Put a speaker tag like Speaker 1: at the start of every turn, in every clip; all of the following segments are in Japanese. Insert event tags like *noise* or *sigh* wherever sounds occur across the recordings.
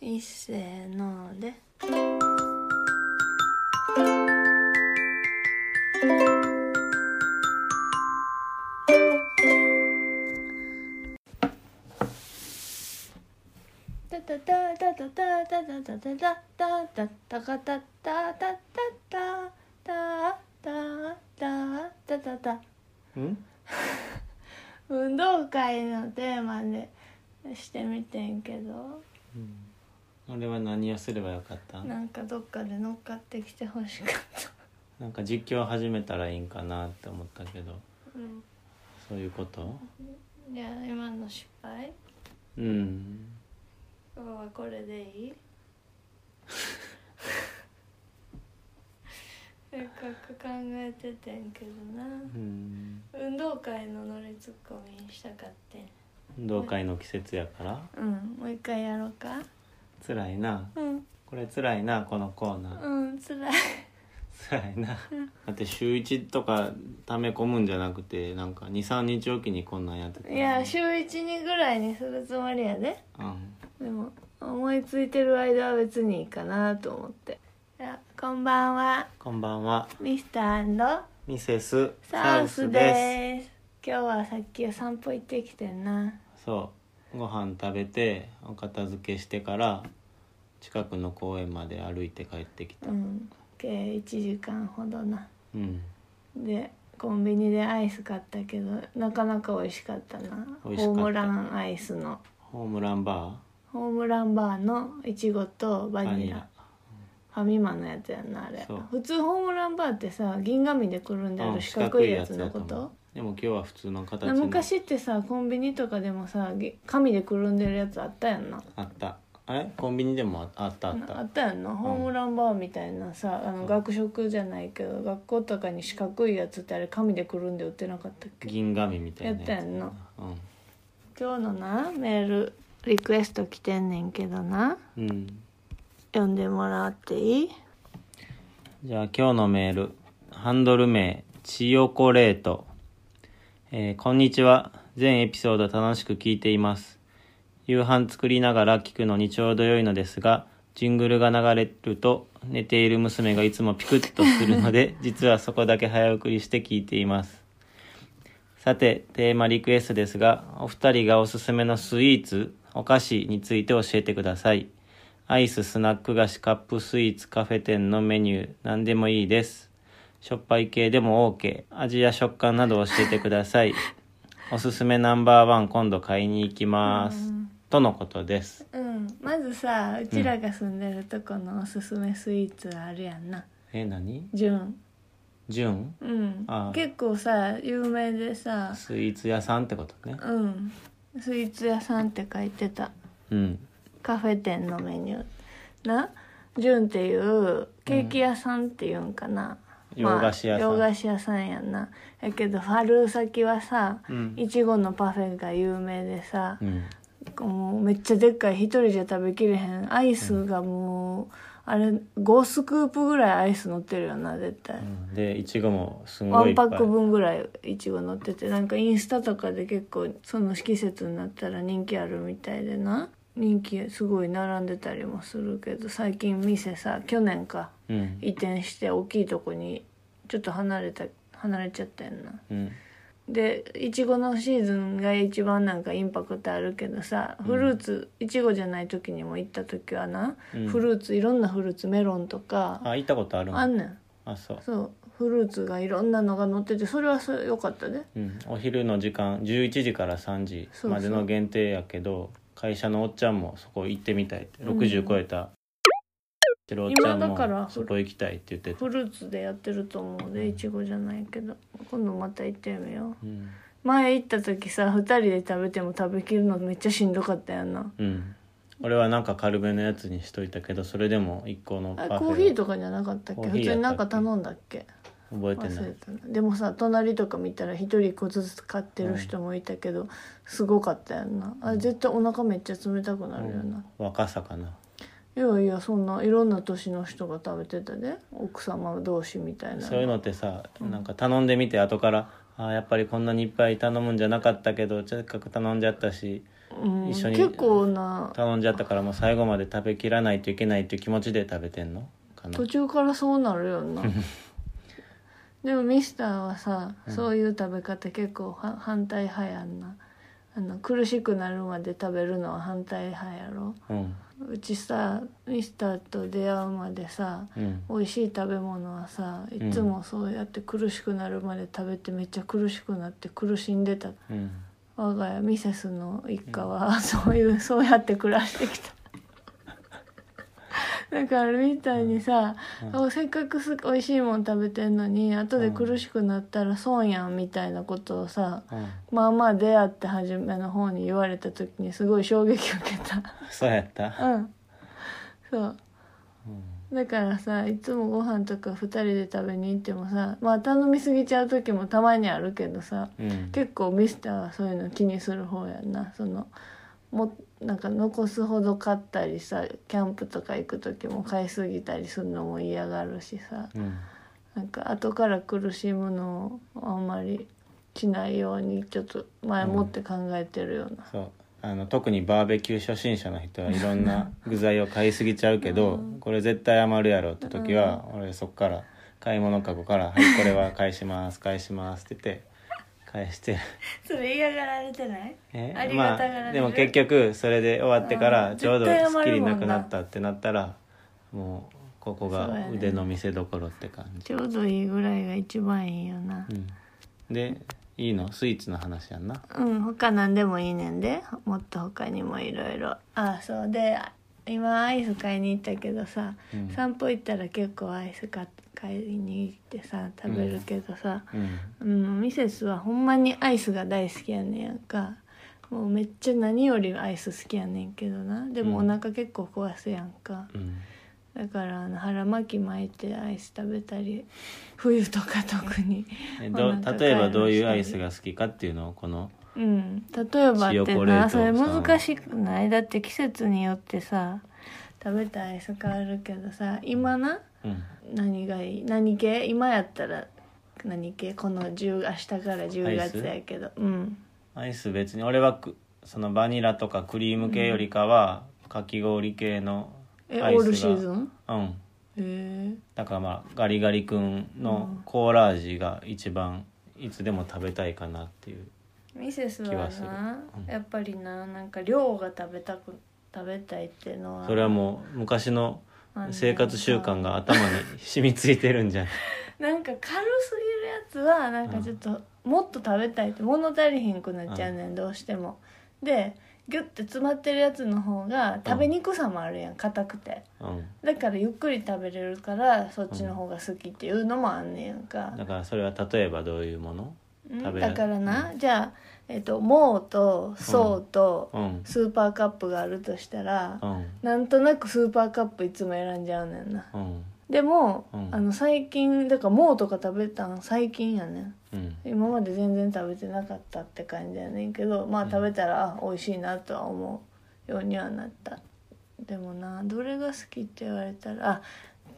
Speaker 1: いっせーのでタタタタタタタタタタタタタタカタタタタタタタタタタタ
Speaker 2: うん
Speaker 1: 運動会のテーマでしてみてんけど
Speaker 2: あれは何をすればよかったな
Speaker 1: なんかどっかで乗っかってきてほしかった
Speaker 2: んか実況始めたらいいんかなって思ったけど
Speaker 1: う
Speaker 2: そういうこと
Speaker 1: んじゃあ今の失敗
Speaker 2: うん
Speaker 1: 今日はこれでいいせっかく考えててんけ
Speaker 2: う
Speaker 1: ど
Speaker 2: ん
Speaker 1: な運動会の乗りツッコミにしたかって
Speaker 2: 運動会の季節やから
Speaker 1: うんもう一回やろうか
Speaker 2: 辛いな
Speaker 1: うん
Speaker 2: これ辛いなこのコーナー
Speaker 1: うんつらい
Speaker 2: 辛いなだって週1とか溜め込むんじゃなくてなんか23日おきにこんなんやってた
Speaker 1: いや週12ぐらいにするつもりやで
Speaker 2: うん
Speaker 1: でも思いついてる間は別にいいかなと思っていやこんばんは
Speaker 2: こんばんは
Speaker 1: ミスター
Speaker 2: ミセス
Speaker 1: サウスです今日はさっき散歩行ってきてんな
Speaker 2: そうご飯食べてお片付けしてから近くの公園まで歩いて帰ってきた
Speaker 1: うん計1時間ほどな
Speaker 2: うん
Speaker 1: でコンビニでアイス買ったけどなかなか美味しかったな
Speaker 2: 美味しか
Speaker 1: ホ
Speaker 2: った
Speaker 1: ームランアイスの
Speaker 2: ホームランバ
Speaker 1: ホームランバーのいちごとバニ
Speaker 2: ー
Speaker 1: ラ
Speaker 2: バニラ
Speaker 1: ファミマのやつやんなあれ
Speaker 2: そう
Speaker 1: 普通ホームランバーってさ銀紙でくるんであ
Speaker 2: う
Speaker 1: る
Speaker 2: ん
Speaker 1: 四角いやつのこ
Speaker 2: 四角いやつやと
Speaker 1: と
Speaker 2: 思う、でも今日は普通の形
Speaker 1: な
Speaker 2: の
Speaker 1: 昔ってさコンビニとかでもさぎ紙でくるんでるやつあったやんな
Speaker 2: あったあれコンビニでもああったあっ
Speaker 1: あ
Speaker 2: た
Speaker 1: ったやんなホームランバーみたいなさ、あの学食じゃないけど学校とかに四角いやつってあれ紙でくるんで売ってなかったっけ
Speaker 2: 銀紙みたいな
Speaker 1: やったやんな
Speaker 2: う、
Speaker 1: 今日のなメールリクエスト来てんねんけどなん
Speaker 2: うん、
Speaker 1: 読んでもらっていい
Speaker 2: じゃあ今日のメールハンドル名チヨコレート、えーこんにちは全エピソード楽しく聞いています夕飯作りながら聞くのにちょうど良いのですがジングルが流れると寝ている娘がいつもピクッとするので実はそこだけ早送りして聞いていますさてテーマリクエストですがお二人がおすすめのスイーツお菓子について教えてくださいアイス、スナック菓子、カップスイーツ、カフェ店のメニュー、何でもいいです。しょっぱい系でも OK。味や食感など教えてくださ *laughs* い。おすすめナンバーワン、今度買いに行きます。とのことです。
Speaker 1: うんまずさうちらが住んでるとこのおすすめスイーツあるやんな
Speaker 2: え、何
Speaker 1: 純
Speaker 2: 純
Speaker 1: うん
Speaker 2: ああ
Speaker 1: 結構さ有名でさ
Speaker 2: スイーツ屋さんってことね。
Speaker 1: うんスイーツ屋さんって書いてた
Speaker 2: うん。
Speaker 1: カフェ店のメニューな純っていうケーキ屋さんっていうんかな、
Speaker 2: うん洋菓子屋さん
Speaker 1: 洋菓子屋さんやんなやけど春先はさ、
Speaker 2: うん
Speaker 1: いちごのパフェが有名でさ
Speaker 2: う、ん。
Speaker 1: もうめっちゃでっかい一人じゃ食べきれへんアイスがもう、あれ5スクープぐらいアイス乗ってるよな絶対、
Speaker 2: うんで、いちごもす
Speaker 1: ワ
Speaker 2: ごいい
Speaker 1: ン
Speaker 2: っぱ
Speaker 1: パ
Speaker 2: い。
Speaker 1: ック分ぐらいいちご乗っててなんかインスタとかで結構その季節になったら人気あるみたいでな人気すごい並んでたりもするけど最近店さ去年か
Speaker 2: うん。
Speaker 1: 移転して大きいとこにちょっと離れた離れちゃったやんな
Speaker 2: うん。
Speaker 1: でいちごのシーズンが一番なんかインパクトあるけどさフルーツいちごじゃない時にも行った時はな、
Speaker 2: うん
Speaker 1: フルーツいろんなフルーツメロンとか
Speaker 2: あ、行ったことあるの
Speaker 1: あんねん
Speaker 2: あ、そう。
Speaker 1: そうフルーツがいろんなのが乗っててそれはそれ良かったね
Speaker 2: うん、お昼の時間11時から3時
Speaker 1: そうそう
Speaker 2: までの限定やけど会社のおっちゃんもそこ行ってみたいって
Speaker 1: うん
Speaker 2: 60超えた、してるおっちゃん
Speaker 1: 今だから
Speaker 2: もそこ行きたいって言ってた
Speaker 1: フ、ルーツでやってると思うでいちごじゃないけど今度また行ってみよう
Speaker 2: うん
Speaker 1: 前行った時さ2人で食べても食べきるのめっちゃしんどかったよな
Speaker 2: うん、俺はなんか軽めのやつにしといたけどそれでも一個の
Speaker 1: あ
Speaker 2: パフ
Speaker 1: コーヒー
Speaker 2: ェ
Speaker 1: とかじゃなかったっ
Speaker 2: コ
Speaker 1: け
Speaker 2: ーヒ
Speaker 1: 普
Speaker 2: ー
Speaker 1: 通
Speaker 2: やったっけ
Speaker 1: になんか頼んだっけ
Speaker 2: を覚えて
Speaker 1: 忘
Speaker 2: な
Speaker 1: れ
Speaker 2: い
Speaker 1: たなでもさ隣とか見たら一人一個ずつ買ってる人もいたけど、すごかったよなあれ絶対お腹めっちゃ冷たくなるよな、
Speaker 2: 若さかない
Speaker 1: やいやそんないろんな年の人が食べてたで奥様同士みたいな
Speaker 2: そういうのってさ、なんか頼んでみて後からあーやっぱりこんなにいっぱい頼むんじゃなかったけどせっかく頼んじゃったし
Speaker 1: うん、
Speaker 2: 一緒に
Speaker 1: 結構な
Speaker 2: 頼んじゃったからもう最後まで食べきらないといけないっていう気持ちで食べてんのかな
Speaker 1: 途中からそうなるよ
Speaker 2: *laughs*
Speaker 1: なでもミスターはさ、そういう食べ方結構は反対派やんなあの苦しくなるまで食べるのは反対派やろ
Speaker 2: うん
Speaker 1: うちさミスターと出会うまでさ
Speaker 2: うん
Speaker 1: 美味しい食べ物はさいつもそうやって苦しくなるまで食べてめっちゃ苦しくなって苦しんでた
Speaker 2: うん
Speaker 1: 我が家ミセスの一家は *laughs* そういうそうやって暮らしてきた *laughs* だからみたいにさ、あせっかくす美味しいもん食べてんのに後で苦しくなったら損やんみたいなことをさ、
Speaker 2: うん
Speaker 1: まあまあ出会って初めの方に言われた時にすごい衝撃を受けた
Speaker 2: そうやった
Speaker 1: うんそうだからさいつもご飯とか2人で食べに行ってもさまあ頼みすぎちゃう時もたまにあるけどさ
Speaker 2: うん
Speaker 1: 結構ミスターはそういうの気にする方やんなそのもなんか残すほど買ったりさキャンプとか行く時も買いすぎたりするのも嫌がるしさ
Speaker 2: うん
Speaker 1: なんか後から苦しむのをあんまりしないようにちょっと前もって考えてるような、
Speaker 2: そうあの特にバーベキュー初心者の人はいろんな具材を買いすぎちゃうけど、これ絶対余るやろって時は、俺そっから買い物かごから「はいこれは返します返します」って言って返して
Speaker 1: *laughs* それ嫌がられてない
Speaker 2: え
Speaker 1: ありがたがられる
Speaker 2: まあ、でも結局それで終わってか
Speaker 1: う
Speaker 2: ら
Speaker 1: ん
Speaker 2: ちょうど
Speaker 1: 絶対
Speaker 2: すっ
Speaker 1: 余
Speaker 2: き
Speaker 1: る
Speaker 2: り
Speaker 1: もんな
Speaker 2: なくなったってなったらもうこ
Speaker 1: そ
Speaker 2: こ
Speaker 1: う
Speaker 2: が
Speaker 1: やね
Speaker 2: 腕の見せ所って感じ
Speaker 1: ちょうどいいぐらいが一番いいよな
Speaker 2: うん、でいいのスイーツの話やんな
Speaker 1: うん他何でもいいねんでもっと他にもいろいろあそうで今アイス買いに行ったけどさ、
Speaker 2: うん
Speaker 1: 散歩行ったら結構アイス買買いに行ってさ食べるけどさ、
Speaker 2: うん
Speaker 1: うん、ミセスはほんまにアイスが大好きやねんやんかもうめっちゃ何よりアイス好きやねんけどなでもお
Speaker 2: うん
Speaker 1: 腹結構壊すやんか、
Speaker 2: うん
Speaker 1: だからあの腹巻き巻いてアイス食べたり冬とか特に
Speaker 2: えど
Speaker 1: お腹
Speaker 2: 例えばどういうアイス
Speaker 1: 解放したり
Speaker 2: が好きかっていうのをこの
Speaker 1: うん例えばっ
Speaker 2: 塩
Speaker 1: て
Speaker 2: コレー
Speaker 1: な
Speaker 2: ト
Speaker 1: それ難しくないだって季節によってさ食べたアイス変わるけどさ今な
Speaker 2: うん
Speaker 1: 何がいい何系今やったら何系この10明日から10月やけどうん
Speaker 2: アイス別に俺はくそのバニラとかクリーム系よりかは、かき氷系の
Speaker 1: えオ
Speaker 2: アイスが
Speaker 1: ールシーズン
Speaker 2: うん
Speaker 1: へえ
Speaker 2: だからまあガリガリ君のコーラ味が一番いつでも食べたいかなっていう
Speaker 1: ミセス
Speaker 2: 気
Speaker 1: は
Speaker 2: はする
Speaker 1: な、
Speaker 2: うん
Speaker 1: やっぱりななんか量が食べたく食べたいっていうのは
Speaker 2: それはもう昔の
Speaker 1: あの
Speaker 2: 生活習慣が頭に染みついてるんじゃない
Speaker 1: なんか軽すぎるやつはなんかちょっともっと食べたいって物足りひんくなっちゃうねんどうしてもでギュッて詰まってるやつの方が食べにくさもあるやん硬くて
Speaker 2: うん
Speaker 1: だからゆっくり食べれるからそっちの方が好きっていうのもあんねやんか
Speaker 2: だからそれは例えばどういうもの
Speaker 1: うん
Speaker 2: 食べ
Speaker 1: だからなじゃあえっとモーとソーと
Speaker 2: うん
Speaker 1: スーパーカップがあるとしたら
Speaker 2: うん
Speaker 1: なんとなくスーパーカップいつも選んじゃうねんな
Speaker 2: うん
Speaker 1: でも
Speaker 2: うん
Speaker 1: あの最近だからモーとか食べたん最近やねん
Speaker 2: うん
Speaker 1: 今まで全然食べてなかったって感じやねんけどまあ食べたら、あ美味しいなとは思うようにはなったでもなどれが好きって言われたらあ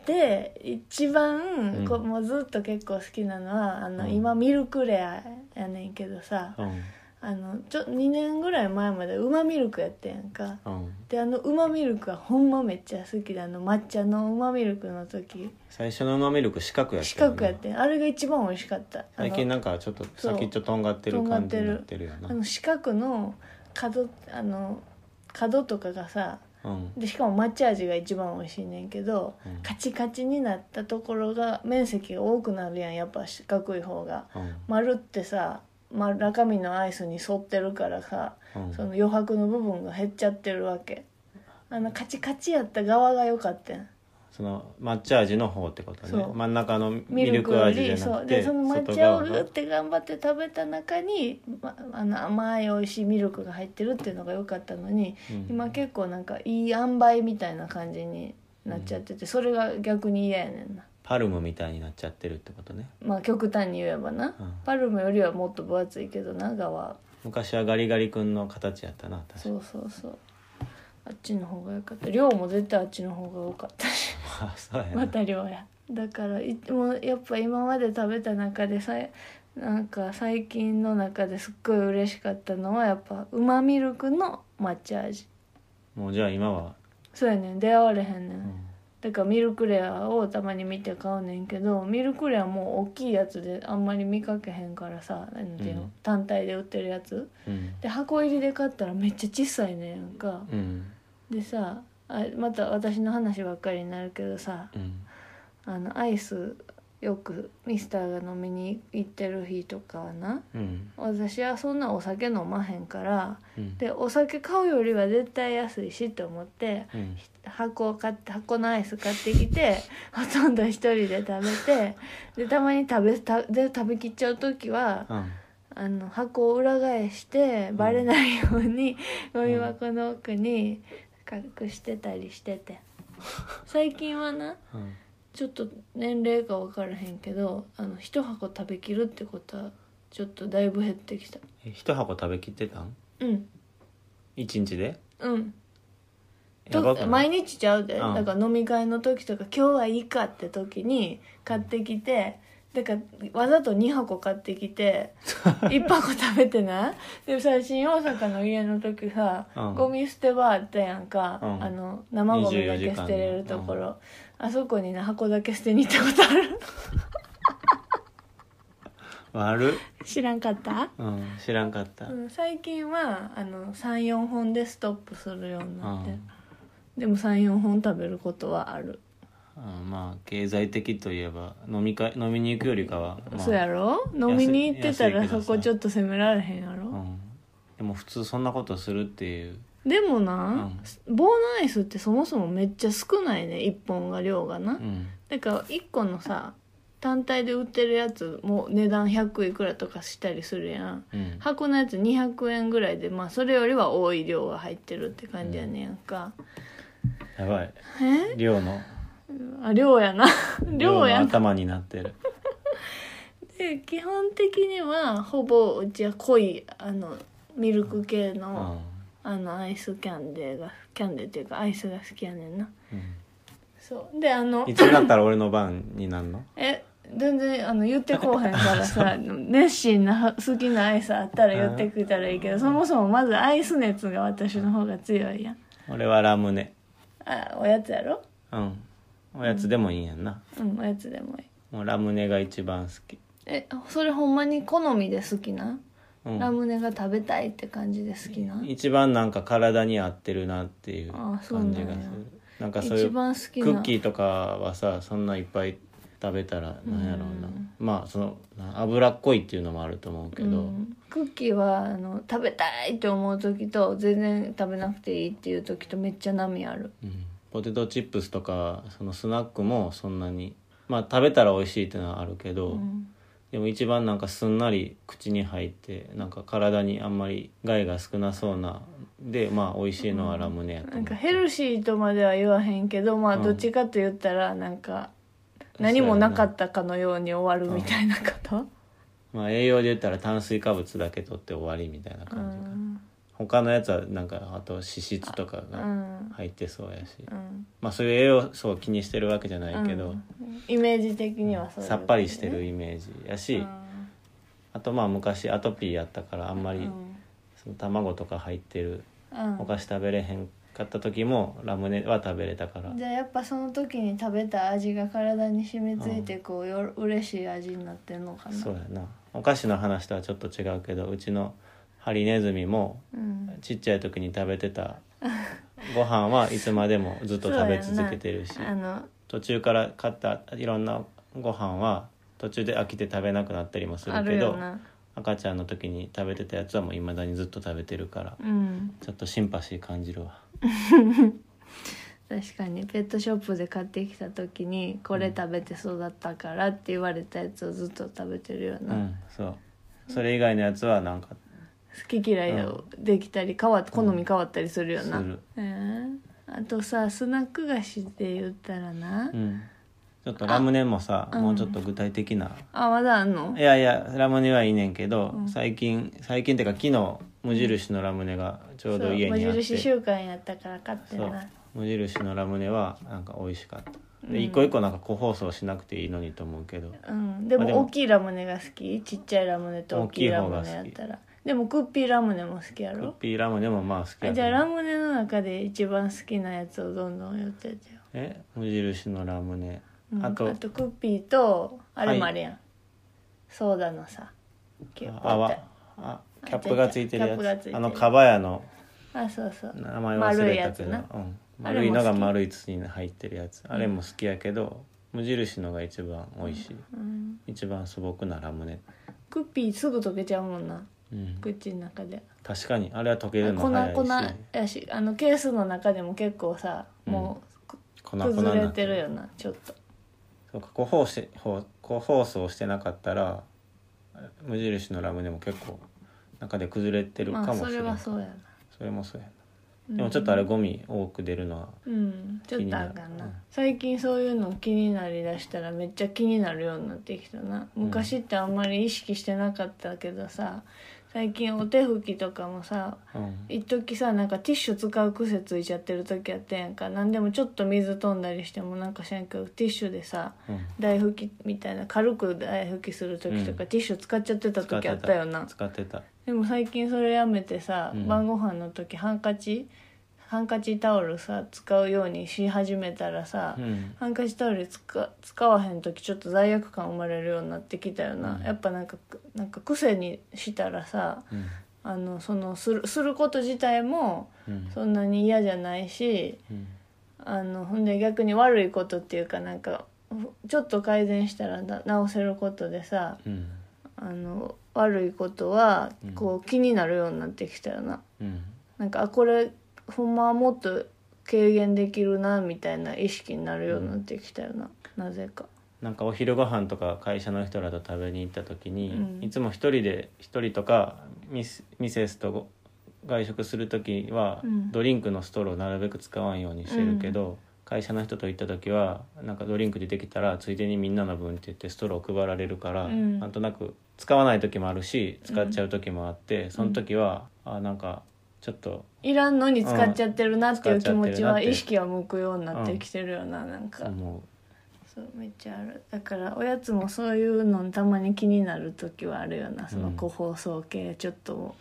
Speaker 1: で一番、
Speaker 2: うん
Speaker 1: こもうずっと結構好きなのはあの、
Speaker 2: うん
Speaker 1: 今ミルクレアやねんけどさ
Speaker 2: うん
Speaker 1: あのちょ2年ぐらい前までうまミルクやってんやんか
Speaker 2: うん
Speaker 1: であのうまミルクはほんまめっちゃ好きであの抹茶のうまミルクの時
Speaker 2: 最初のうまミルク四角やったよ
Speaker 1: 四
Speaker 2: ね
Speaker 1: 角やってんあれが一番美味しかったあの
Speaker 2: 最近なんかちょっと先っちょとんがって
Speaker 1: そ
Speaker 2: る
Speaker 1: うとんがっ
Speaker 2: 感
Speaker 1: て
Speaker 2: じ
Speaker 1: る
Speaker 2: になってるよな
Speaker 1: あの四角の角あの角とかがさ
Speaker 2: うん
Speaker 1: でしかも抹茶味が一番美味しいねんけど、
Speaker 2: うん
Speaker 1: カチカチになったところが面積が多くなるやんやっぱ四角い方が丸ってさ、ま、中身のアイスに沿ってるからさ
Speaker 2: うんうん
Speaker 1: その余白の部分が減っちゃってるわけあのカチカチやった側が良かったん
Speaker 2: その抹茶味の方ってこと
Speaker 1: そ
Speaker 2: ね
Speaker 1: う
Speaker 2: 真ん中のミ
Speaker 1: ミル
Speaker 2: ル
Speaker 1: ク
Speaker 2: ク
Speaker 1: よ
Speaker 2: 味じ
Speaker 1: り
Speaker 2: ゃな
Speaker 1: そう
Speaker 2: く
Speaker 1: で
Speaker 2: て
Speaker 1: その抹
Speaker 2: 外
Speaker 1: 茶を
Speaker 2: 側
Speaker 1: うっ
Speaker 2: の
Speaker 1: て頑張って食べた中に、ま、あの甘い美味しいミルクが入ってるっていうのが良かったのに、
Speaker 2: うん
Speaker 1: 今結構なんかいい塩梅みたいな感じになっちゃってて、それが逆に嫌やねんな
Speaker 2: パルムみたいになっちゃってるってことね
Speaker 1: まあ極端に言えばな、
Speaker 2: うん
Speaker 1: パルムよりはもっと分厚いけど長は
Speaker 2: 昔はガリガリ君の形やったな確か
Speaker 1: そうそうそうあっちの方が良かった量も絶対あっちの方が多かったし
Speaker 2: あ *laughs* そうやな、
Speaker 1: また量やだからいもうやっぱ今まで食べた中でさなんか最近の中ですっごい嬉しかったのはやっぱうまミルクの抹茶味
Speaker 2: もうじゃあ今は、
Speaker 1: そうやねん出会われへんね
Speaker 2: うんん
Speaker 1: だからミルクレアをたまに見て買うねんけどミルクレアもう大きいやつであんまり見かけへんからさ何ていうの、
Speaker 2: うん
Speaker 1: 単体で売ってるやつ
Speaker 2: うん
Speaker 1: で箱入りで買ったらめっちゃ小さいねんやんか
Speaker 2: うん
Speaker 1: でさあまた私の話ばっかりになるけどさ
Speaker 2: うん
Speaker 1: あのアイスよくミスターが飲みに行ってる日とかはな
Speaker 2: うん
Speaker 1: 私はそんなお酒飲まへんから
Speaker 2: うん
Speaker 1: でお酒買うよりは絶対安いしって思って
Speaker 2: うん
Speaker 1: 箱を買って箱のアイス買ってきて *laughs* ほとんど一人で食べてでたまに食べたで食べきっちゃう時は
Speaker 2: うん
Speaker 1: あの箱を裏返してバレないように、ゴミ箱の奥に隠してたりしてて最近はな
Speaker 2: うん
Speaker 1: ちょっと年齢か分からへんけどあの一箱食べきるってことはちょっとだいぶ減ってきた
Speaker 2: え一箱食べきってたん
Speaker 1: うん
Speaker 2: 一日で
Speaker 1: うん
Speaker 2: やばく
Speaker 1: と
Speaker 2: な
Speaker 1: 毎
Speaker 2: い
Speaker 1: 日ちゃうで、
Speaker 2: うん
Speaker 1: だから飲み会の時とか今日はいいかって時に買ってきてだからわざと2箱買ってき
Speaker 2: *laughs*
Speaker 1: て1箱食べてないで最新大阪の家の時さ、
Speaker 2: うん
Speaker 1: ゴミ捨て場あったやんか、
Speaker 2: うん
Speaker 1: あの生ゴミだけ捨てれるところ、あそこにな箱だけ捨てに行ったことある
Speaker 2: 悪っ
Speaker 1: 知らんかった、
Speaker 2: うん知らんかった
Speaker 1: うん、最近はあの34本でストップするようになって、
Speaker 2: うん
Speaker 1: でも34本食べることはある
Speaker 2: うんまあ経済的といえば飲み会飲みに行くよりかは、まあ、
Speaker 1: そうやろ飲みに行ってた
Speaker 2: 安
Speaker 1: ら
Speaker 2: いけど
Speaker 1: そ
Speaker 2: さ
Speaker 1: こちょっと責められへんやろ、
Speaker 2: うん、でも普通そんなことするっていう
Speaker 1: でもな、棒のアイスってそもそもめっちゃ少ないね1本が量がな、
Speaker 2: うん
Speaker 1: だから1個のさ単体で売ってるやつも値段100いくらとかしたりするやん
Speaker 2: うん
Speaker 1: 箱のやつ200円ぐらいでまあそれよりは多い量が入ってるって感じやねんやんか、
Speaker 2: やばい
Speaker 1: え
Speaker 2: 量の
Speaker 1: あ量やな量
Speaker 2: の
Speaker 1: やな
Speaker 2: 頭になってる
Speaker 1: で基本的にはほぼうちは濃いあのミルク系
Speaker 2: う
Speaker 1: の、
Speaker 2: ん
Speaker 1: あのアイスキャンデーがキャンデーっていうかアイスが好きやねんな
Speaker 2: うん
Speaker 1: そうであの
Speaker 2: いつになったら俺の番になるの
Speaker 1: え全然あの言ってこうへんからさ
Speaker 2: *laughs*
Speaker 1: 熱心な好きなアイスあったら言ってくれたらいいけどそもそもまずアイス熱が私の方が強いやん
Speaker 2: 俺はラムネ
Speaker 1: あおやつやろ
Speaker 2: うんおやつでもいいんやんな、
Speaker 1: うんおやつでもいい
Speaker 2: もうラムネが一番好き、
Speaker 1: えそれほんまに好みで好きな、
Speaker 2: うん、
Speaker 1: ラムネが食べたいって感じで好きな
Speaker 2: 一番なんか体に合ってるなっていう
Speaker 1: あそうな
Speaker 2: 感
Speaker 1: んや
Speaker 2: じがするなんかそうい
Speaker 1: 一
Speaker 2: うク
Speaker 1: 番好きな
Speaker 2: ッキーとかはさそんないっぱい食べたらなんやろうな
Speaker 1: うん
Speaker 2: まあその脂っこいっていうのもあると思うけ
Speaker 1: う
Speaker 2: ど
Speaker 1: んクッキーはあの食べたいって思う時と全然食べなくていいっていう時とめっちゃ波ある
Speaker 2: うんポテトチップスとかそのスナックもそんなにまあ食べたら美味しいっていうのはあるけど、
Speaker 1: うん
Speaker 2: でも一番なんかすんなり口に入ってなんか体にあんまり害が少なそうなでまあ美味しいのはラムネやと
Speaker 1: な
Speaker 2: 思
Speaker 1: ん
Speaker 2: う
Speaker 1: かヘルシーとまでは言わへんけどまあ
Speaker 2: うん
Speaker 1: どっちかと言ったらなんか何もなかったかのように終わるみたいなこと
Speaker 2: まあ栄養で言ったら炭水化物だけ取って終わりみたいな
Speaker 1: う
Speaker 2: 感じが
Speaker 1: ん
Speaker 2: 他のやつはなんかあと脂質とか
Speaker 1: う
Speaker 2: が
Speaker 1: ん
Speaker 2: 入ってそうやし
Speaker 1: うん
Speaker 2: まあそういう栄養素を気にしてるわけじゃないけど、
Speaker 1: うんイメージ的にはそういう
Speaker 2: さっぱりしてるイメージやし、
Speaker 1: うん
Speaker 2: あとまあ昔アトピーやったからあんま
Speaker 1: う
Speaker 2: り
Speaker 1: ん
Speaker 2: その卵とか入ってる
Speaker 1: うん
Speaker 2: お菓子食べれへんかった時もラムネは食べれたから
Speaker 1: じゃあやっぱその時に食べた味が体に染みついてこうよ嬉しい味になってんのかな
Speaker 2: そうやなお菓子の話とはちょっと違うけどうちのハリネズミも
Speaker 1: うん
Speaker 2: ちっちゃい時に食べ
Speaker 1: *laughs*
Speaker 2: てたご飯はいつまでもずっと食べ続けてるし
Speaker 1: そうやんなあの
Speaker 2: 途中から買ったいろんなご飯は途中で飽きて食べなくなったりもす
Speaker 1: あ
Speaker 2: る
Speaker 1: る
Speaker 2: け
Speaker 1: よ
Speaker 2: ど
Speaker 1: な
Speaker 2: 赤ちゃんの時に食べてたやつはもういまだにずっと食べてるから
Speaker 1: うん
Speaker 2: ちょっとシンパシー感じるわ
Speaker 1: 確かにペットショップで買ってきた時にこれ食べて育ったからって言われたやつをずっと食べてるよう
Speaker 2: う
Speaker 1: な、好
Speaker 2: んそうそれ以外のやつはなんか
Speaker 1: き嫌いをできたり変わっ好み変わったりするよ
Speaker 2: す
Speaker 1: な、
Speaker 2: る
Speaker 1: えーあとさスナック菓子で言ったらな、
Speaker 2: うんちょっとラムネもさ
Speaker 1: うん
Speaker 2: もうちょっと具体的な
Speaker 1: あまだあんの
Speaker 2: いやいやラムネはいいねんけど、
Speaker 1: うん
Speaker 2: 最近最近っていうか昨日無印のラムネがちょうど家にあ
Speaker 1: そ
Speaker 2: っ
Speaker 1: う
Speaker 2: て
Speaker 1: 無印習慣やったから買ってん
Speaker 2: そう
Speaker 1: な
Speaker 2: 無印のラムネはなんか美味しかったで、
Speaker 1: うん
Speaker 2: 一個一個なんか個包装しなくていいのにと思うけど
Speaker 1: うん、で
Speaker 2: まあで
Speaker 1: も
Speaker 2: も
Speaker 1: 大きいラムネが好きちっちゃいラムネと大きいラムネやったらででもクッピーラムネも好きや
Speaker 2: クッ
Speaker 1: ろ
Speaker 2: ピーラムネもまあ好き
Speaker 1: あ
Speaker 2: や
Speaker 1: じゃあ
Speaker 2: け
Speaker 1: ラ
Speaker 2: ど
Speaker 1: ムネの中で一番好きなやつをどんどん言っててよ、
Speaker 2: え無印のラムネ
Speaker 1: うん
Speaker 2: あと
Speaker 1: あとクッピーとあれもあるやん、ソーダのさキュッ
Speaker 2: 泡あキャップがついて
Speaker 1: キ
Speaker 2: る
Speaker 1: ャ
Speaker 2: や
Speaker 1: ップがついて
Speaker 2: つ
Speaker 1: る
Speaker 2: あのかばやの
Speaker 1: あそうそう
Speaker 2: 名前忘れたけど
Speaker 1: 丸いやつ
Speaker 2: うん
Speaker 1: あれも好き
Speaker 2: 丸いのが丸い筒に入ってるやつあれも好きやけど無印のが一番美味しい
Speaker 1: うん
Speaker 2: 一番素朴なラムネ
Speaker 1: クッピーすぐ溶けちゃうもんな
Speaker 2: うん
Speaker 1: 口の中で
Speaker 2: 確かにあれは溶けるの
Speaker 1: 粉
Speaker 2: 早いし
Speaker 1: 粉やしあのケースの中でも結構さも
Speaker 2: 粉
Speaker 1: う
Speaker 2: 々にな
Speaker 1: 崩れてるよなちょっと
Speaker 2: そうか個包し包個包装してなかったら無印のラムネも結構中で崩れてるか
Speaker 1: まあ
Speaker 2: もし
Speaker 1: そ
Speaker 2: れ
Speaker 1: れ
Speaker 2: ない、
Speaker 1: は
Speaker 2: そ
Speaker 1: そうやな
Speaker 2: れもそうや
Speaker 1: う
Speaker 2: なんでもちょっとあれゴミ多く出るのは
Speaker 1: うんちょっとあかんな、
Speaker 2: 気になるうん
Speaker 1: 最近そういうの気になりだしたらめっちゃ気になるようになってきたな昔ってあんまり意識してなかったけどさ最近お手拭きとかもさ
Speaker 2: うん
Speaker 1: 一時さなんかティッシュ使う癖ついちゃってる時やったやんか何でもちょっと水飛んだりしてもなんかしらんけどティッシュでさ
Speaker 2: うん
Speaker 1: 台拭きみたいな軽く台拭きする時とか、
Speaker 2: うん
Speaker 1: ティッシュ使っちゃってた
Speaker 2: 使っ
Speaker 1: 時あ
Speaker 2: て
Speaker 1: ったよな
Speaker 2: 使ってた
Speaker 1: でも最近それやめてさ、
Speaker 2: うん
Speaker 1: 晩ご飯の時ハンカチハンカチタオルさ使うようにし始めたらさ、
Speaker 2: うん
Speaker 1: ハンカチタオル使使わへん時ちょっと罪悪感生まれるようになってきたよな、
Speaker 2: うん
Speaker 1: やっぱなんかなんか癖にしたらさ
Speaker 2: うん
Speaker 1: あのそのするすること自体も
Speaker 2: うん
Speaker 1: そんなに嫌じゃないし
Speaker 2: うん
Speaker 1: あのほんで逆に悪いことっていうかなんかちょっと改善したらな直せることでさ、
Speaker 2: うん
Speaker 1: あの悪いことは
Speaker 2: うん
Speaker 1: こう気になるようになってきたよな、
Speaker 2: うん
Speaker 1: なんかあこれほんまはもっと軽減できるなみたいな意識になるようになってきたよな、なぜか
Speaker 2: なんかお昼ご飯とか会社の人らと食べに行った時に、
Speaker 1: うん
Speaker 2: いつも一人で一人とかミスミセスとご外食する時は、
Speaker 1: うん
Speaker 2: ドリンクのストローなるべく使わんようにしてるけど、会社の人と行った時はなんかドリンク出てきたらついでにみんなの分って言ってストロー配られるから、
Speaker 1: うん
Speaker 2: なんとなく使わない時もあるし使っちゃう時もあって、その時はあなんかちょっと
Speaker 1: いらんのに使っちゃってるなってい
Speaker 2: うん
Speaker 1: う気持ち
Speaker 2: 使っちゃってるなっ
Speaker 1: は
Speaker 2: て
Speaker 1: 意識は向くようになってきてるよな、なんか、
Speaker 2: 思
Speaker 1: そうめっちゃあるだからおやつもそういうのたまに気になる時はあるよなその
Speaker 2: うん
Speaker 1: 個包装系ちょっと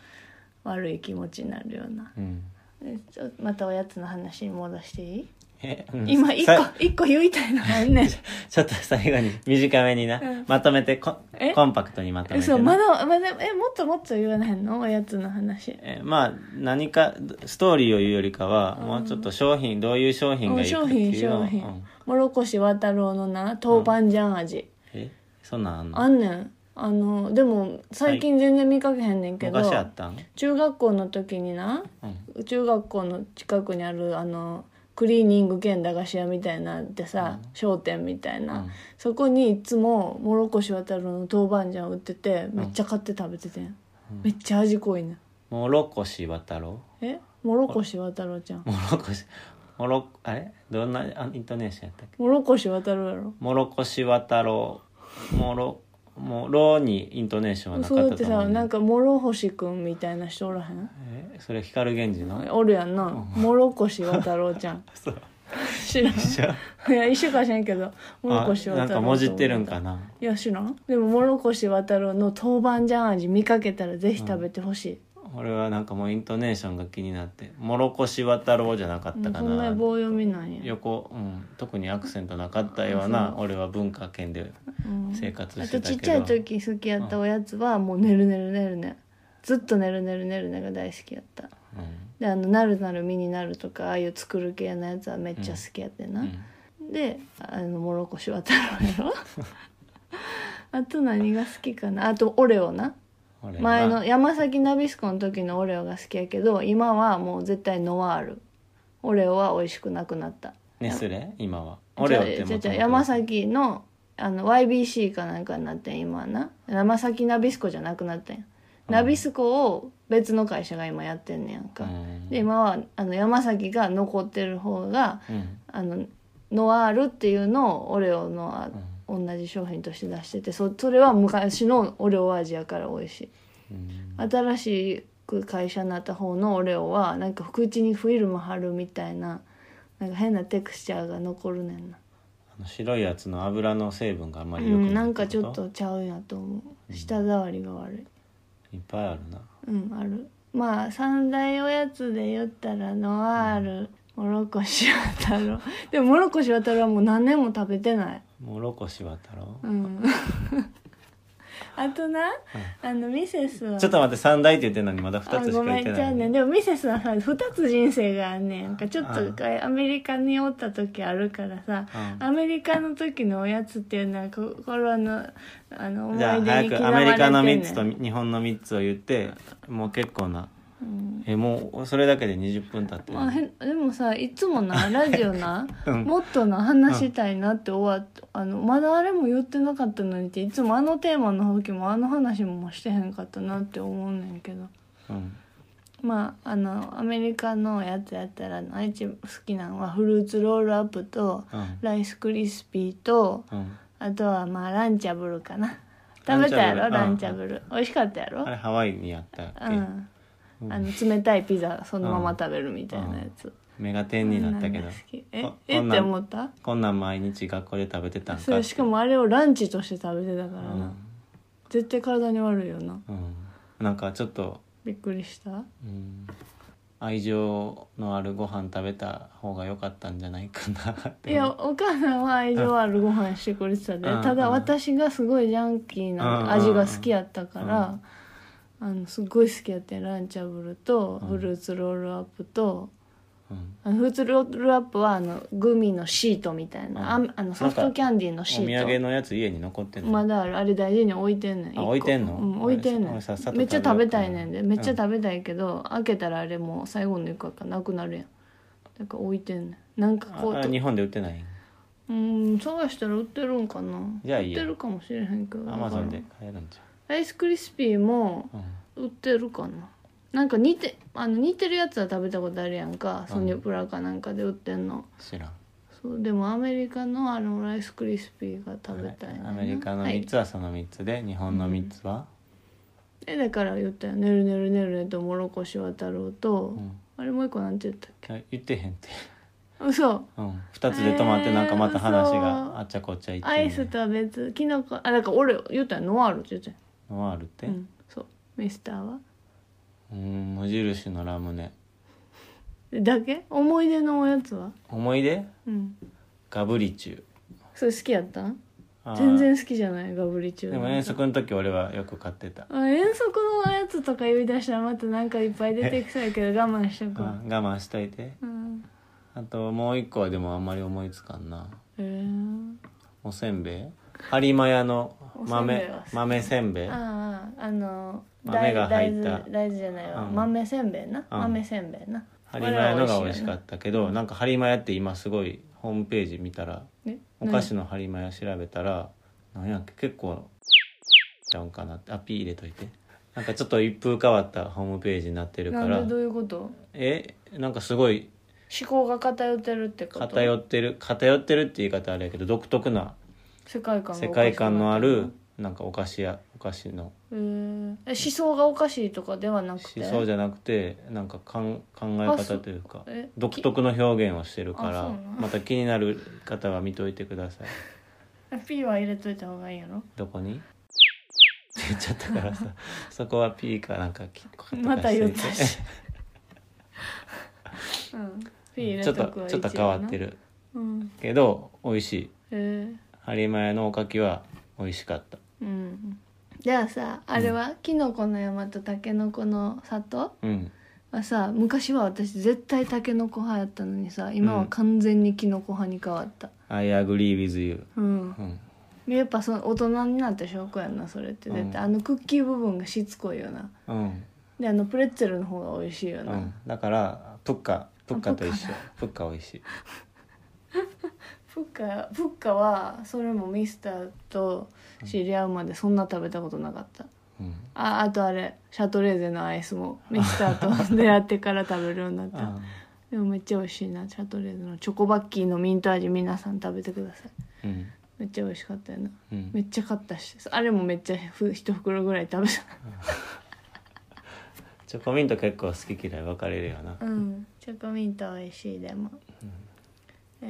Speaker 1: 悪い気持ちになるような、
Speaker 2: う。うん
Speaker 1: でちょまたおやつの話に戻していい
Speaker 2: えうん
Speaker 1: 今一個
Speaker 2: さ
Speaker 1: 一個言いたいの
Speaker 2: *laughs*
Speaker 1: あんねん
Speaker 2: ちょっと最後に短めにな、
Speaker 1: うん
Speaker 2: まとめてコ
Speaker 1: え
Speaker 2: コンパクトにまとめて
Speaker 1: 嘘
Speaker 2: な
Speaker 1: まだまだえもっともっと言わないのおやつの話
Speaker 2: えまあ何かストーリーを言うよりかは、もうちょっと商品どういう商品がいいかっ
Speaker 1: うん
Speaker 2: て
Speaker 1: 商品
Speaker 2: いうのを
Speaker 1: 商
Speaker 2: う
Speaker 1: 品
Speaker 2: ん
Speaker 1: もろこし渡郎のな豆板醤味、
Speaker 2: えそんなんあんの
Speaker 1: あんねんあのでも最近全然見かけへんねんけど、
Speaker 2: 昔あったん、
Speaker 1: 中学校の時にな
Speaker 2: うん
Speaker 1: 中学校の近くにあるあのクリーニング兼駄菓子屋みたいなってさ、商店みたいな、
Speaker 2: うん
Speaker 1: そこにいつももろこし渡郎の豆板醤売っててめっちゃ買って食べててん、めっちゃ味濃いねん
Speaker 2: もろこし渡ろ
Speaker 1: えもろこし渡郎ちゃん
Speaker 2: うもろこしもろあれどんなあイントネーションやったっけ
Speaker 1: もろこし渡郎やろ
Speaker 2: もろこし渡ろうもろもろにイントネーションはなか
Speaker 1: そうだ
Speaker 2: っ
Speaker 1: って
Speaker 2: たと思
Speaker 1: さ
Speaker 2: うね、
Speaker 1: なんか諸星くんみたいな人おらへん
Speaker 2: えそれ光源氏の
Speaker 1: おるやんな諸越渡郎ちゃん
Speaker 2: *laughs* そう
Speaker 1: 知らん
Speaker 2: じゃ
Speaker 1: いや一緒かしらんけど
Speaker 2: あ
Speaker 1: 諸越渡郎
Speaker 2: なんかもじってるんかない
Speaker 1: や知らんでも諸越渡郎の豆板醤味見かけたらぜひ食べてほしい、
Speaker 2: 俺はなんかもうイントネーションが気になって「もろこし渡ろう」じゃなかっ
Speaker 1: う
Speaker 2: た
Speaker 1: ん
Speaker 2: か
Speaker 1: そん
Speaker 2: な、
Speaker 1: な棒読みなんや、
Speaker 2: 横、うん、特にアクセントなかったような
Speaker 1: あ
Speaker 2: 俺は文化圏で
Speaker 1: うん
Speaker 2: 生活
Speaker 1: あ
Speaker 2: して
Speaker 1: と
Speaker 2: た
Speaker 1: ち
Speaker 2: けど
Speaker 1: っちゃい時好きやったおやつはもう「ねるねるねるね」ずっと「ねるねるねるね」が大好きやった
Speaker 2: うん
Speaker 1: であの「なるなる身になる」とかああいう作る系のやつはめっちゃ好きやってんな、
Speaker 2: うん
Speaker 1: であのもろこし渡郎やろ *laughs* あと何が好きかなあとオレオな
Speaker 2: 俺は
Speaker 1: 前の山崎ナビスコの時のオレオが好きやけど今はもう絶対ノワールオレオは美味しくなくなった
Speaker 2: ネスレ今は俺はって
Speaker 1: じゃ
Speaker 2: も
Speaker 1: あじゃ
Speaker 2: と
Speaker 1: あ
Speaker 2: もと
Speaker 1: 山崎のあの YBC かなんかになってん今はな山崎ナビスコじゃなくなってんナビスコを別の会社が今やってんねやんか、
Speaker 2: うん
Speaker 1: で今はあの山崎が残ってる方が
Speaker 2: うん
Speaker 1: あのノワールっていうのをオレオのあ同じ商品として出しててそそれは昔のオレオ味やから美味しい
Speaker 2: うん
Speaker 1: 新しく会社になった方のオレオはなんか口にフィルム貼るみたいななんか変なテクスチャーが残るねんな、
Speaker 2: あの白いやつの油の成分があんま
Speaker 1: う
Speaker 2: りよくい
Speaker 1: ん、なんか
Speaker 2: て
Speaker 1: ちょ
Speaker 2: こ
Speaker 1: っとちゃうやと思う舌触りが悪い
Speaker 2: いっぱいあるな
Speaker 1: うんあるまあ三大おやつで言ったらノワールもろこし渡ろう *laughs* でももろこし渡ろうはもう何年も食べてない
Speaker 2: もろこし渡ろ
Speaker 1: うん
Speaker 2: *laughs*
Speaker 1: あとな、あのミセスは
Speaker 2: うちょっと待って三大って言ってんのにまだ二
Speaker 1: あ
Speaker 2: つし
Speaker 1: ご
Speaker 2: か
Speaker 1: め
Speaker 2: 言
Speaker 1: ん
Speaker 2: っ
Speaker 1: ち
Speaker 2: て
Speaker 1: ゃ
Speaker 2: な
Speaker 1: う
Speaker 2: い
Speaker 1: ねんでもミセスはさ2つ人生があんねんなんかちょっ
Speaker 2: あ
Speaker 1: とアメリカにおった時あるからさ
Speaker 2: うん
Speaker 1: アメリカの時のおやつっていうのは心のあの思い
Speaker 2: じゃあ
Speaker 1: 出
Speaker 2: 早
Speaker 1: に
Speaker 2: く
Speaker 1: 刻
Speaker 2: ア
Speaker 1: ま
Speaker 2: メ
Speaker 1: れ
Speaker 2: リ
Speaker 1: て
Speaker 2: カ
Speaker 1: ん
Speaker 2: の
Speaker 1: ね
Speaker 2: 3つと
Speaker 1: ん
Speaker 2: 日本の3つを言ってもう結構な
Speaker 1: うん
Speaker 2: えもうそれだけで20分経ってる
Speaker 1: まあ、へんでもさいつも *laughs* なラジオな、
Speaker 2: うん
Speaker 1: もっとな話したいなって終わっあのまだあれも言ってなかったのにっていつもあのテーマの時もあの話もしてへんかったなって思うねんけど
Speaker 2: うん
Speaker 1: まああのアメリカのやつやったらあいち好きなのはフルーツロールアップと
Speaker 2: うん
Speaker 1: ライスクリスピーと
Speaker 2: うん
Speaker 1: あとはまあランチャブルかな食
Speaker 2: ラン
Speaker 1: べ
Speaker 2: チャブル
Speaker 1: たやろ
Speaker 2: うん
Speaker 1: ランチャブル美味しかったやろ
Speaker 2: あれハワイにやったっ
Speaker 1: う
Speaker 2: け、
Speaker 1: ん
Speaker 2: うん
Speaker 1: あの冷たいピザそのまま食べるみたいなやつ
Speaker 2: メガテンになったけど
Speaker 1: 好きえ
Speaker 2: こ
Speaker 1: え
Speaker 2: こん
Speaker 1: っ
Speaker 2: なん
Speaker 1: て思った
Speaker 2: こんなん毎日学校で食べてたんかって
Speaker 1: そうしかもあれをランチとして食べてたか
Speaker 2: う
Speaker 1: らな、
Speaker 2: ん、
Speaker 1: 絶対体に悪いよな
Speaker 2: うん、なんかちょっと、
Speaker 1: びっくりした
Speaker 2: うん、愛情のあるご飯食べた方が良かったんじゃないかなっ
Speaker 1: い
Speaker 2: て
Speaker 1: やお母さんは愛情あるご飯してくれてたで
Speaker 2: うん
Speaker 1: ただ
Speaker 2: うん
Speaker 1: 私がすごいジャンキー
Speaker 2: うん
Speaker 1: な味が好きやったから
Speaker 2: う
Speaker 1: あのすごい好きやってんランチャブルと
Speaker 2: うん
Speaker 1: フルーツロールアップと
Speaker 2: うん
Speaker 1: あのフルーツロールアップはあのグミのシートみたいなあ
Speaker 2: うん
Speaker 1: んあのソフトキャンディーの
Speaker 2: お
Speaker 1: シ
Speaker 2: 土産
Speaker 1: ート
Speaker 2: のやつ家に残ってんの、
Speaker 1: まだあるあれ大事に置いてんねん一個
Speaker 2: 置いてんの
Speaker 1: うん置いてんね
Speaker 2: 俺
Speaker 1: ん
Speaker 2: さっさと食べよう
Speaker 1: めっちゃ食べたいねんでめっちゃ
Speaker 2: うん
Speaker 1: 食べたいけど開けたらあれもう最後の一個がなくなるやんだから置いてんねんなんかこう
Speaker 2: あ
Speaker 1: と
Speaker 2: 日本で売ってないう
Speaker 1: ーん探したら売ってるんかな
Speaker 2: じゃあいいや
Speaker 1: 売ってるかもしれへんけど
Speaker 2: アマゾンで買えるんじ
Speaker 1: アイスクリスピーも
Speaker 2: ゃん、うん
Speaker 1: 売ってるかななんか似てあの似てるやつは食べたことあるやんか
Speaker 2: うん
Speaker 1: ソニープラかなんかで売ってんの、
Speaker 2: 知らん
Speaker 1: そうでもアメリカのあのライスクリスピーが食べたいねんな
Speaker 2: アメリカの
Speaker 1: はい
Speaker 2: 3つはその3つで、日本の3つは、
Speaker 1: えだから言ったよ「ねるねるねるね」と「もろこし渡ろうと」
Speaker 2: うん
Speaker 1: あれもう一個なんて言ったっ
Speaker 2: いや言ってへんって、
Speaker 1: け嘘
Speaker 2: うん、2つで止まってなんかまた話
Speaker 1: えー嘘
Speaker 2: があっちゃこっちゃ行って
Speaker 1: アイスとは別きのこあだから俺言ったよノワールって言ったよ
Speaker 2: ノワールって、
Speaker 1: うんそうミスターは
Speaker 2: うん無印のラムネ
Speaker 1: だけ思い出のおやつは
Speaker 2: 思い出
Speaker 1: うん
Speaker 2: ガブリチュウ
Speaker 1: それ好きやったん
Speaker 2: あー
Speaker 1: 全然好きじゃないガブリチュウ
Speaker 2: でも遠足の時俺はよく買ってた、
Speaker 1: あ遠足のおやつとか言い出したらまたなんかいっぱい出てきそうやけど我慢しと
Speaker 2: う
Speaker 1: く
Speaker 2: ん
Speaker 1: わ
Speaker 2: 我慢しといて
Speaker 1: うん
Speaker 2: あともう一個はでもあんまり思いつかんな
Speaker 1: えー、
Speaker 2: おせんべい播磨屋の
Speaker 1: おせんべ
Speaker 2: 豆
Speaker 1: いは好き
Speaker 2: 豆せんべい
Speaker 1: あああの
Speaker 2: 豆が
Speaker 1: 大
Speaker 2: 入った
Speaker 1: 大豆大豆じゃないわ、
Speaker 2: うん
Speaker 1: 豆せんべいな、
Speaker 2: うん
Speaker 1: 豆せんべいな
Speaker 2: 播磨屋のが美味しか
Speaker 1: た
Speaker 2: ったけどなんか播磨屋って今すごいホームページ見たらお菓子の播磨屋調べたらなんやっけ結構ちゃうんかなってあピー入れといてなんかちょっと一風変わったホームページになってるか
Speaker 1: な
Speaker 2: ら
Speaker 1: んでどういうこと思
Speaker 2: えなんかすごい
Speaker 1: 考が偏ってるってこと
Speaker 2: 偏ってる偏ってるって言い方あれやけど独特な
Speaker 1: 世界観がおかしくなって
Speaker 2: 世
Speaker 1: る
Speaker 2: 界観のあるなんかお菓子やお菓子の
Speaker 1: へーえ思想がおかしいとかではなくて
Speaker 2: 思想じゃなくてなんかかん考え
Speaker 1: あそ
Speaker 2: 方
Speaker 1: う
Speaker 2: というか
Speaker 1: え
Speaker 2: 独特の表現をしてるか
Speaker 1: あ
Speaker 2: ら
Speaker 1: そうなん
Speaker 2: また気になる方は見といてください
Speaker 1: P は入れといた方がいいやろ
Speaker 2: どこにって言っちゃっ
Speaker 1: *laughs*
Speaker 2: たからさそこはピーかなんかきっか
Speaker 1: また言った
Speaker 2: とか
Speaker 1: し
Speaker 2: *laughs* し
Speaker 1: うん P
Speaker 2: と
Speaker 1: 入れ
Speaker 2: いてちょっ
Speaker 1: と
Speaker 2: と
Speaker 1: くは
Speaker 2: ちょっと変わって
Speaker 1: る
Speaker 2: る
Speaker 1: うん
Speaker 2: けど美味しい
Speaker 1: へえ
Speaker 2: 播磨屋のおかきは美味しかった
Speaker 1: うんじゃあさあれは、キノコの山とタケノコの里
Speaker 2: うん
Speaker 1: はさ昔は私絶対タケノコ派やったのにさ今は完全にキノコ派に変わった
Speaker 2: I agree with you
Speaker 1: うん
Speaker 2: うん
Speaker 1: やっぱその大人になった証拠やんなそれって絶対、あのクッキー部分がしつこいよな
Speaker 2: うん
Speaker 1: であのプレッツェルの方が美味しいよ
Speaker 2: う
Speaker 1: な、
Speaker 2: ん、だからプッカプッカと一緒プッカ美味しい
Speaker 1: フッカフッカはそれもミスターと知り合うまでそんな食べたことなかった
Speaker 2: うん
Speaker 1: ああとあれシャトレーゼのアイスもミスターと出会ってから食べるようになった
Speaker 2: あ
Speaker 1: でもめっちゃ美味しいなシャトレーゼのチョコバッキーのミント味皆さん食べてください
Speaker 2: うん
Speaker 1: めっちゃ美味しかったよな
Speaker 2: うん
Speaker 1: めっちゃ買ったしあれもめっちゃふ一袋ぐらい食べ
Speaker 2: チョコミント結構好き嫌い分かれるよな
Speaker 1: たうんチョコミント美味しいでも、え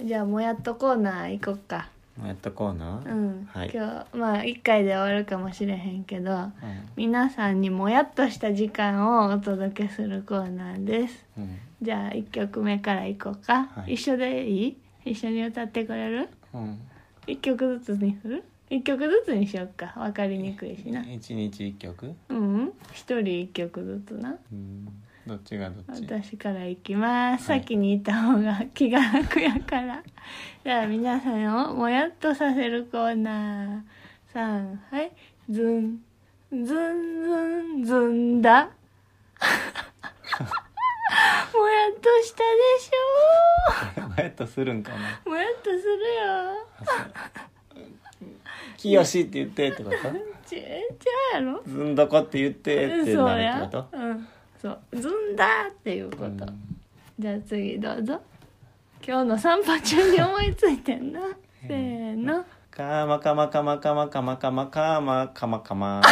Speaker 1: ーじゃあもやっとコーナー行こっか
Speaker 2: もうやっとこうな、
Speaker 1: うん、
Speaker 2: はい
Speaker 1: 今日まあ1回で終わるかもしれへんけど
Speaker 2: うん
Speaker 1: 皆さんにもやっとした時間をお届けするコーナーです
Speaker 2: うん
Speaker 1: じゃあ1曲目からいこうか、
Speaker 2: はい
Speaker 1: 一緒でいい一緒に歌ってくれる
Speaker 2: うん
Speaker 1: 1曲ずつにする1曲ずつにしよっか分かりにくいしな
Speaker 2: 一日一曲、
Speaker 1: うん1人1曲ずつな
Speaker 2: うん、どっちがどっち
Speaker 1: 私からいきます、
Speaker 2: はい
Speaker 1: 先に言った方が気が楽やから *laughs* じゃあ皆さんをもやっとさせるコーナーさんはいズンズンズンズン
Speaker 2: *laughs*
Speaker 1: だもやっとしたでし
Speaker 2: バイトするんかな
Speaker 1: ょもやっとす
Speaker 2: 「きよし」って言ってってこと
Speaker 1: *laughs* るよちちゃうやろ
Speaker 2: 「ずんどこ」って言ってって
Speaker 1: そう
Speaker 2: なる
Speaker 1: や
Speaker 2: ってこ
Speaker 1: うんそうズンだっていうこと、
Speaker 2: と、うん
Speaker 1: じゃあ次どうぞ今日の散歩中に思いついてんなせーの
Speaker 2: かまかまかまかまかまかまかまかまかま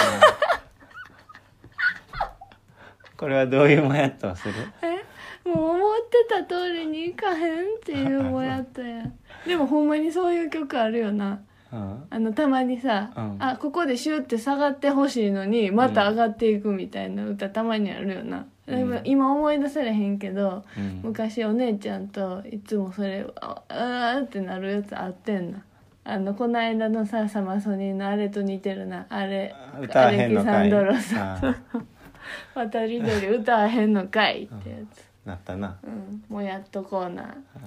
Speaker 2: これはどういうもやっとはする
Speaker 1: えもう思ってた通りにいかへんっていうもやったや
Speaker 2: *laughs*
Speaker 1: んでもほんまにそういう曲あるよな
Speaker 2: うん
Speaker 1: あのたまにさ、
Speaker 2: うん
Speaker 1: あここでシューって下がってほしいのにまた上がっていくみたいな歌たまにあるよな、
Speaker 2: うん
Speaker 1: でも今思い出せれへんけど
Speaker 2: うん
Speaker 1: 昔お姉ちゃんといつもそれああーってなるやつあってんなあのこないだのさサマソニーのあれと似てるなあれ
Speaker 2: 歌わへんの
Speaker 1: ア
Speaker 2: か
Speaker 1: レキサンド
Speaker 2: い
Speaker 1: ロ
Speaker 2: *laughs*
Speaker 1: さ
Speaker 2: ああ
Speaker 1: 「渡り鳥歌わへんのかい」ってやつ
Speaker 2: なったな
Speaker 1: うん、もやっとコーナー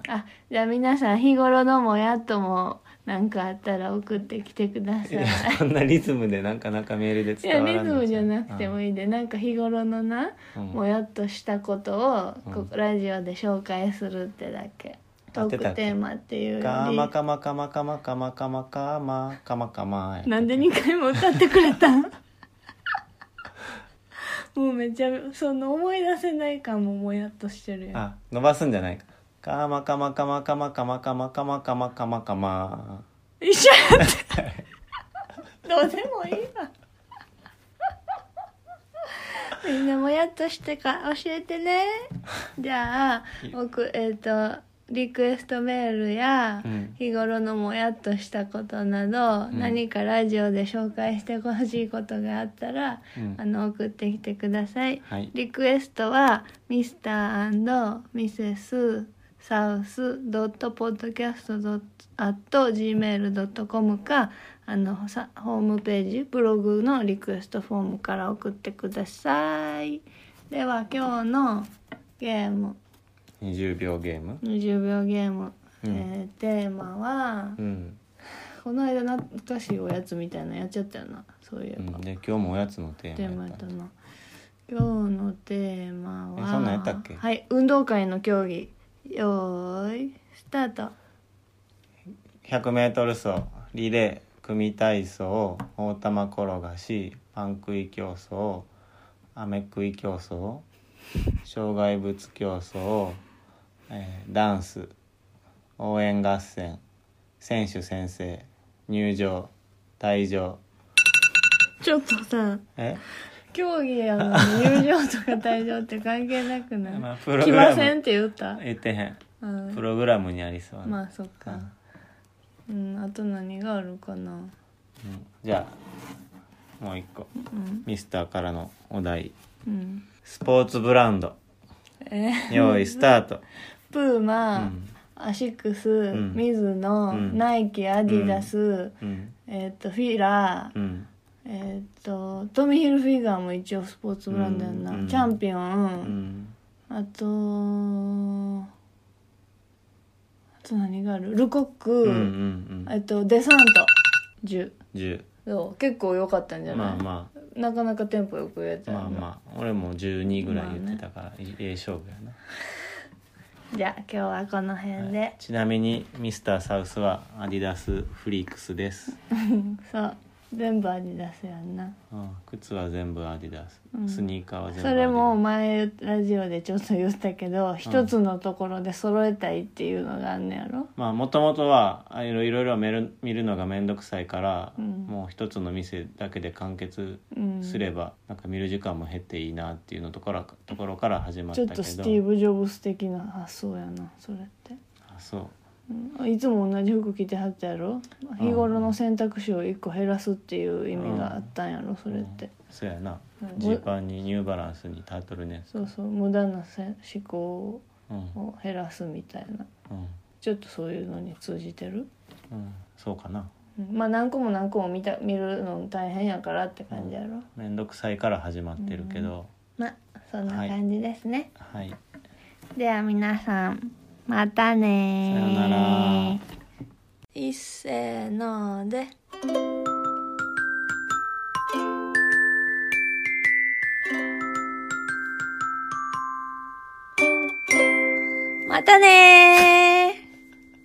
Speaker 1: あじゃあ皆さん日頃のもやっとも何かあったら送ってきてくだ
Speaker 2: い
Speaker 1: さい
Speaker 2: やそんなリズムでなんかなんかメールで
Speaker 1: い
Speaker 2: 伝
Speaker 1: や
Speaker 2: わ
Speaker 1: リ
Speaker 2: ら
Speaker 1: ズムじゃなくても
Speaker 2: い
Speaker 1: いいでなんか日頃のな、
Speaker 2: うん
Speaker 1: もやっとしたことをこ
Speaker 2: う
Speaker 1: ラジオで紹介するってだけ
Speaker 2: 合
Speaker 1: ト
Speaker 2: っ
Speaker 1: ー
Speaker 2: てた
Speaker 1: ク
Speaker 2: っけ
Speaker 1: テーマっていうよ
Speaker 2: か
Speaker 1: り
Speaker 2: まかまかまかまかまかまかまかまかまやったっけ
Speaker 1: なんで2回も歌ってくれたん *laughs* もうめっちゃその思い出せない感ももやっとしてるやん
Speaker 2: あ伸ばすんじゃないかかまかまかまかまかまかまかまかまかまかま
Speaker 1: 一緒やって *laughs* どうでもいいわみんなもやっとしてか教えてねじゃあ僕えっ、とリクエストメールや
Speaker 2: うん
Speaker 1: 日頃のもやっとしたことなど、
Speaker 2: うん
Speaker 1: 何かラジオで紹介してほしいことがあったら、
Speaker 2: うん
Speaker 1: あの送ってきてください、
Speaker 2: はい
Speaker 1: リクエストは Mr&Mrs.South.podcast.gmail.com かあのさホームページブログのリクエストフォームから送ってくださいでは今日のゲーム
Speaker 2: 20秒ゲーム
Speaker 1: 20秒ゲーム、
Speaker 2: うん
Speaker 1: えーテーマは、
Speaker 2: うん、
Speaker 1: この間懐かしいおやつみたいなのやっちゃったよなそういえ
Speaker 2: う
Speaker 1: ば、
Speaker 2: ん、で今日もおやつのテ
Speaker 1: テー
Speaker 2: ーマ
Speaker 1: マや
Speaker 2: や
Speaker 1: っ
Speaker 2: ったた
Speaker 1: な今日のテーマは
Speaker 2: えそんなんやったっけ
Speaker 1: はい運動会の競技よーいスタート
Speaker 2: 100m 走リレー組体操大玉転がしパン食い競争飴食い競争障害物競争、えーダンス応援合戦選手宣誓入場退場
Speaker 1: ちょっとさ
Speaker 2: え
Speaker 1: 競技やのに入場とか退場って関係なくない、
Speaker 2: *laughs* まあプロ
Speaker 1: 来
Speaker 2: グラム
Speaker 1: ませんって言った、
Speaker 2: 言ってへん
Speaker 1: うん
Speaker 2: プログラムにありそうな、
Speaker 1: まあそっかうんあと何があるかな
Speaker 2: うんじゃあもう一個
Speaker 1: うん
Speaker 2: ミスターからのお題
Speaker 1: うん
Speaker 2: スポーツブランド
Speaker 1: え
Speaker 2: 用意スタート
Speaker 1: プーマ、
Speaker 2: うん
Speaker 1: アシックス、
Speaker 2: ん
Speaker 1: ミズノ、
Speaker 2: うん
Speaker 1: ナイキアディダス、
Speaker 2: うん
Speaker 1: えーっとフィラー、
Speaker 2: うん
Speaker 1: えーっとトミー・ヒルフィギュアも一応スポーツブランドやんな、
Speaker 2: うんうん
Speaker 1: チャンピオン、
Speaker 2: うん
Speaker 1: あとあと何があるルコック、
Speaker 2: うんうん
Speaker 1: えっとデサント10
Speaker 2: 10
Speaker 1: そう結構良かったんじゃない、
Speaker 2: まあま
Speaker 1: なかなかテンポよくやっ
Speaker 2: あ
Speaker 1: たよ
Speaker 2: ま
Speaker 1: な
Speaker 2: あまあ俺も12ぐらい言ってたからええ勝負やな
Speaker 1: じゃあ今日はこの辺で、
Speaker 2: ちなみにミスターサウスはアディダスフリークスです、
Speaker 1: そう全部アディダスやんな
Speaker 2: うん、靴は全部アディダス
Speaker 1: うん
Speaker 2: スニーカーは全部ア
Speaker 1: そ
Speaker 2: ディ
Speaker 1: れ
Speaker 2: ダス
Speaker 1: も前ラジオでちょっと言ったけど一、つのところで揃えたいっていうのがあんねやろ
Speaker 2: まあもともとはいろいろいろ見る見るのが面倒くさいから、
Speaker 1: うん
Speaker 2: もう一つの店だけで完結
Speaker 1: うん
Speaker 2: すれば、なんか見る時間も減っていいなっていうのところところから始まっ
Speaker 1: ちょ
Speaker 2: たけ
Speaker 1: っと
Speaker 2: ど
Speaker 1: スティーブ・ジョブス的な発想やなそれって
Speaker 2: あそう
Speaker 1: うんいつも同じ服着てはったやろ日頃の選択肢を1個減らすっていう意味があったんやろそれって、
Speaker 2: そうやな
Speaker 1: うん
Speaker 2: ジーパンにニューバランスにタートルネック
Speaker 1: そうそう無駄なせ思考
Speaker 2: うんうん
Speaker 1: を減らすみたいなちょっとそういうのに通じてる、
Speaker 2: うんそうかな
Speaker 1: うんまあ何個も何個も見た見るの大変やからって感じやろ、
Speaker 2: めんどくさいから始まってるけど、
Speaker 1: まあそんな感じですね、
Speaker 2: はいさ
Speaker 1: では皆さんまたね
Speaker 2: よなら、
Speaker 1: いっせーのでまたねー